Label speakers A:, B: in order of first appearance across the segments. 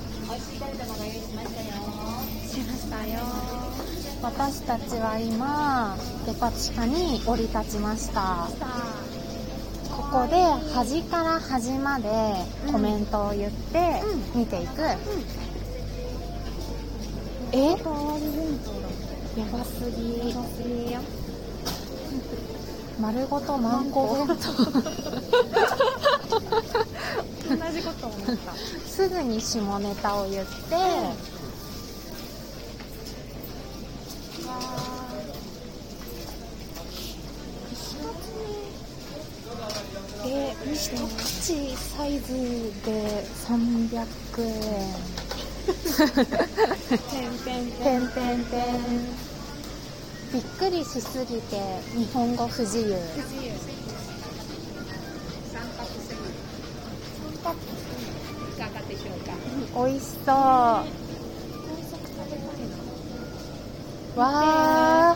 A: 左玉が用意しましたよ。
B: しましたよ
C: 私たちは今デパ地下に降り立ちました
B: さあ
C: ここで端から端までコメントを言って見ていく、えや
B: 変わり弁当だ
C: ばすぎ
B: やばすぎよ
C: 丸ごとマンコ弁当
B: 同じこと思った
C: すぐに下ネタを言って、えー、一口サイズで300円
B: てんてんて
C: てん
B: ん
C: てんてんびっくりしすぎて日本語不自由
B: 不自由
A: 三角すぎ。
B: パッ
A: いかがでしょうか。
C: 美味しそうわあ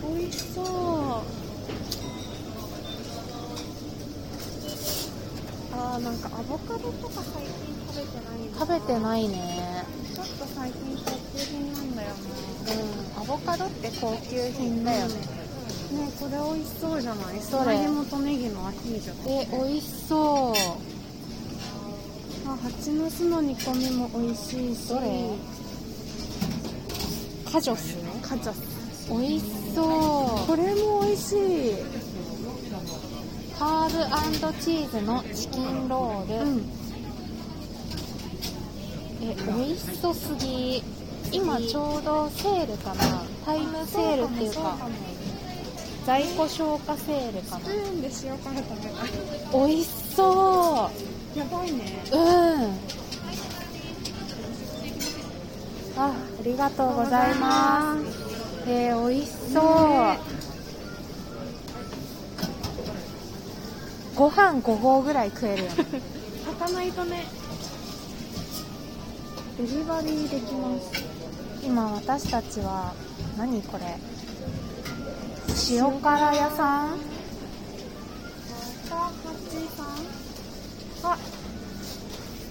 B: と美味しそうあーなんかアボカドとか最近食べてないんだ
C: 食べてないね
B: ちょっと最近高級品なんだよな
C: うんアボカドって高級品だよね、
B: ねこれ美味しそうじゃない
C: それ
B: マリモとネギのアヒージョ
C: え美味しそう
B: あ蜂の巣の煮込みも美味しいし
C: どれカジョスね
B: カジャス
C: 美味しそう
B: これも美味しい
C: ハーブチーズのチキンロール、え美味しそうすぎ今ちょうどセールかなタイムセールっていうか在庫消化セールか
B: スプーンで塩辛食べたい
C: な美味しそ
B: やばいね
C: ううんあありがとうございますえー、美味しそう、
B: ね
C: ご飯5合ぐらい食えるよね
B: 炊かないとね デリバリーできます
C: 今私たちは何これ塩辛屋さん
B: さあハッチーさん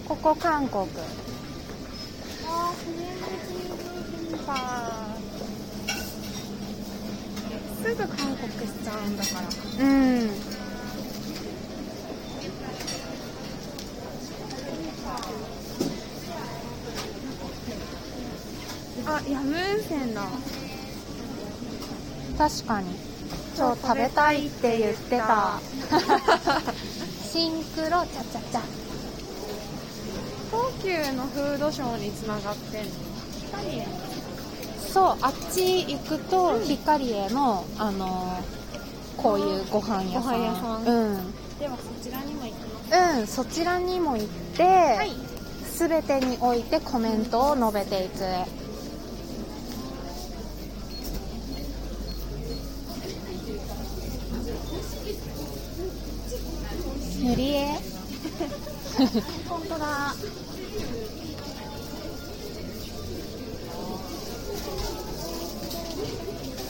C: ここ韓国
B: あーフレンチチーズビンバーすぐ韓国しちゃうんだから
C: うん
B: あ、ヤムーンセンだ。
C: 確かに今日食べたいって言ってたシンクロチャチャチャ
B: 東急のフードショーにつながってんの。光
C: そうあっち行くとヒカリエのあのこういうご飯屋さん
B: ご飯屋さん
C: うん
B: ではそちらにも行きます。
C: うん、そちらにも行って、すべてにおいてコメントを述べていく。塗り絵本当だ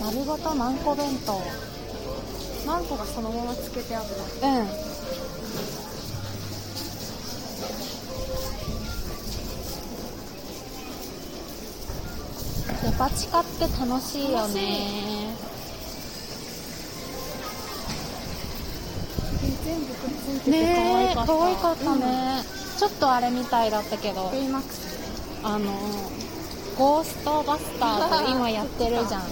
C: 丸ごとマンコ弁当
B: マンコがそのままつけてあるの。
C: うんデパ地下って楽しいよね
B: 全部くっついてて
C: ねえ
B: 可愛かった。
C: 可愛かったね、ちょっとあれみたいだったけど
B: ベイマックス。
C: あのゴーストバスターズ今やってるじゃん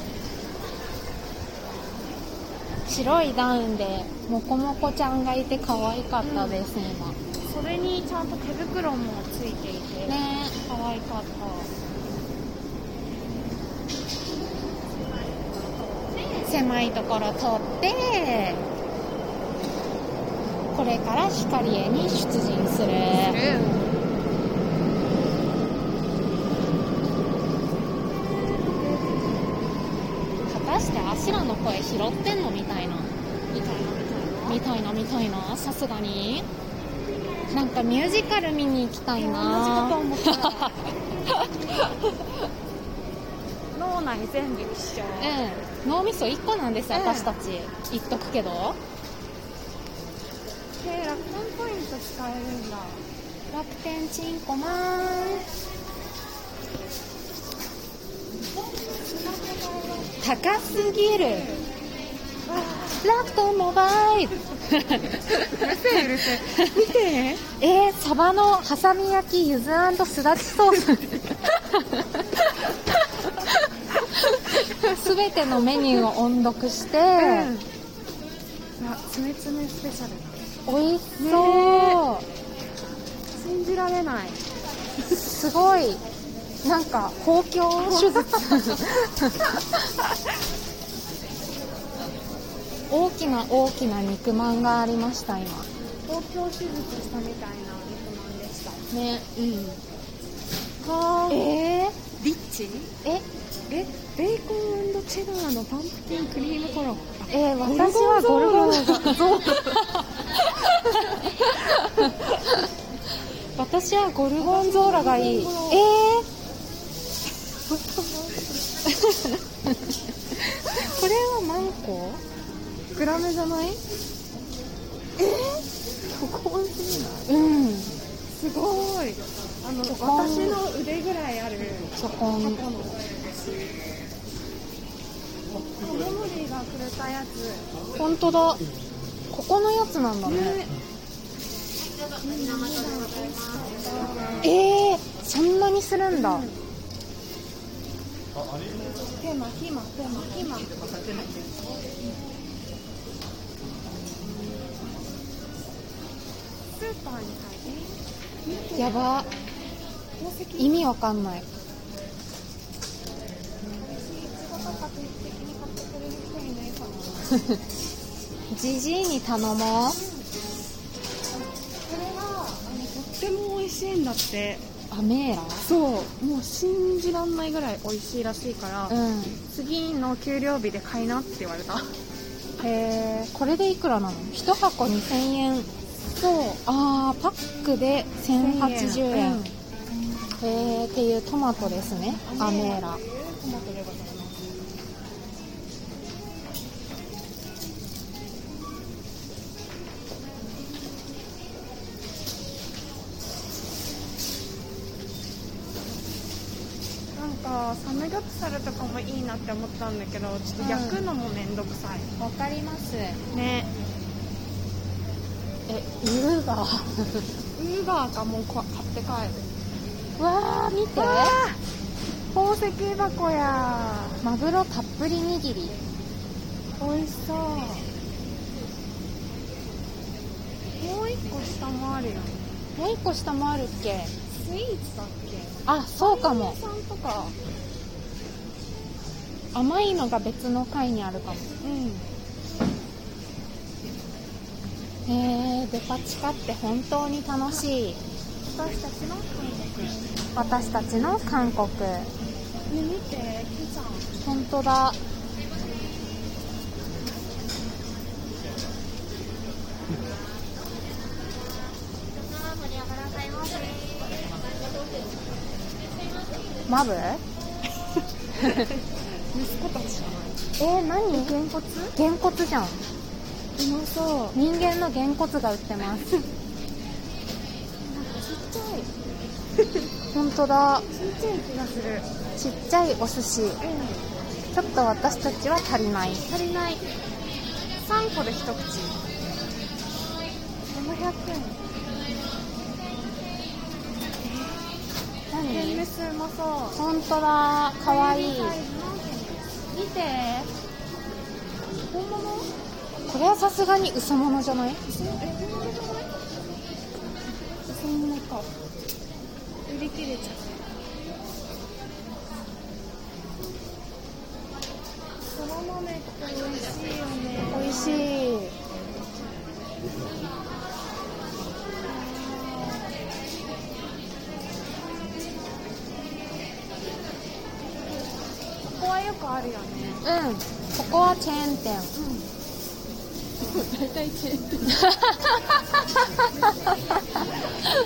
C: 白いダウンでモコモコちゃんがいて可愛かったです、今
B: それにちゃんと手袋もついていて、
C: ねえ
B: 可愛かった。
C: 狭いところ通ってこれから光栄に出陣する果たしてアシュラの声拾ってんのみたいな
B: みたいなみたいな。
C: みたいなみたいなさすがになんかミュージカル見に行きたいな
B: 同じこと思った。脳内全部一緒。
C: うん脳みそ1個なんです
B: うん
C: 私たち言っとくけど
B: えー、楽天ポイント使えるんだ。
C: 楽天チンコまーす高すぎる楽天モバイル
B: うるせえ見て
C: えー、サバのハサミ焼きゆずすだちソースすべてのメニューを音読して、
B: うんあ爪爪スペシャルだ
C: 美味しそう、
B: 信じられない
C: すごいなんか公共手術大きな大きな肉まんがありました今
B: 東京手術したみたいな肉まんでした
C: ね
B: うんはー
C: えー、
B: リッチ
C: え
B: えベーコンチェダーのパンプキンクリームコロン
C: えー、私はゴル ゴンゾーラ私はゴルゴンゾーラがいいえ
B: ゴルゴ
C: ー、これは
B: ン
C: マンコ
B: グラメじゃないえー、ここ美味しいな
C: うん
B: すごいあの
C: こん
B: 私の腕ぐらいある
C: そこ
B: タコの
C: ん
B: 子モリーがくれたやつ
C: 本当だここのやつなんだね
B: ね
C: えー、そんなにするんだ、
B: テーマキーマテーマキーマスーパーに入
C: やば
B: 宝石
C: 意味わかんないじじいに頼もう
B: とっても美味しいんだって
C: アメーラ
B: そうもう信じらんないぐらい美味しいらしいから、
C: うん
B: 次の給料日で買いなって言われた
C: へえこれでいくらなの1箱2000円
B: そう
C: あーパックで1080
B: 1080
C: 円
B: 円、
C: へえっていうトマトですねアメーラ
B: トマトでございますなんかサムギョプサルとかもいいなって思ったんだけどちょっと焼くのもめんどくさい、
C: わかりますえ
B: ね
C: ウーバー
B: ウーバーがもうこ買って帰る
C: わー見て
B: 宝石箱や
C: マグロたっぷり握り
B: 美味しそうもう一個下もあるよね
C: もう一個下もあるっけ
B: スイーツだっけ
C: あそうかも
B: さんとか
C: 甘いのが別の階にあるかも
B: うん
C: へえデパ地下って本当に楽しい
B: 私たちの韓国ね
C: 私たちの韓国
B: 見てピザ
C: 本当だマブえ
B: 息子たちじゃ
C: ー、何
B: ない原骨う
C: げんこつじゃん
B: まそう
C: 人間のげんこつが売ってます
B: ちっちゃい
C: 本当だ
B: ちっちゃい気がする
C: ちっちゃいお寿司
B: うん
C: ちょっと私たちは足りない
B: 足りない3個で一口700円天むすうまそう
C: 本当だかわいい
B: 見て本物
C: これはさすがに嘘物じゃない
B: え、本物じゃないそんなか売り切れちゃうそら豆って美味しいよね
C: 美味しい
B: ここはよくあるよね
C: うん、ここはチェーン店。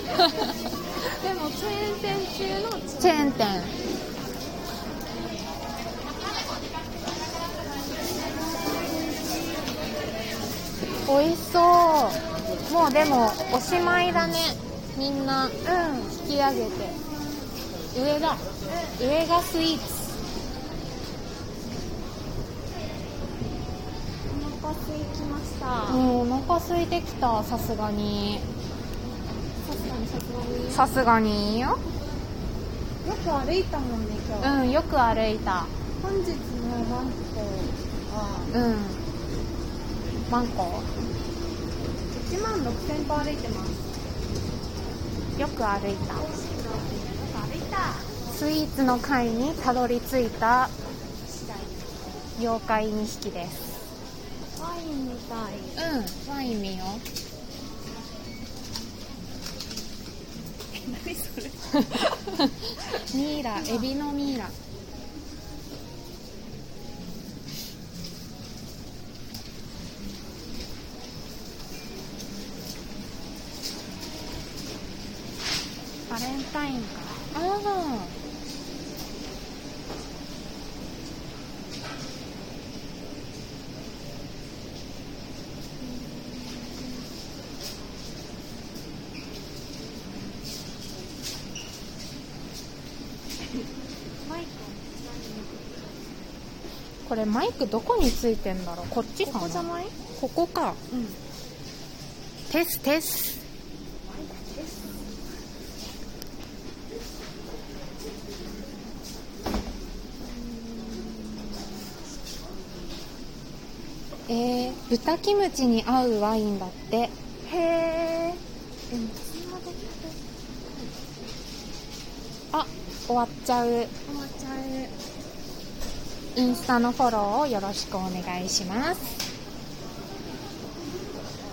B: でもチェーン店中の
C: チェーン店。美味しそう。もうでも、おしまいだね。みんな
B: うん
C: 引き上げて上だ上がスイーツ
B: お腹空いてきましたさ
C: もうお腹空いてきたさすがに
B: すがにさ
C: さす
B: すがに
C: がにいいよ
B: よく歩いたもんね今日、
C: うんよく歩いた
B: 本日のマンコは
C: うんマンコ
B: 1万6000歩歩いてます
C: よく歩いた
B: 歩いた
C: スイーツの会にたどり着いた妖怪2匹です
B: ワインみたい
C: うんワイン見よ
A: 何それ
C: ミイラエビのミイラ
B: バレンタインか
C: ああ
B: マイク
C: これマイクどこについてんだろうこっちかな
B: ここじゃない
C: ここか
B: うん
C: テステスえー、豚キムチに合うワインだって
B: へえ
C: あ終わっちゃう
B: おもちゃ
C: インスタのフォローをよろしくお願いします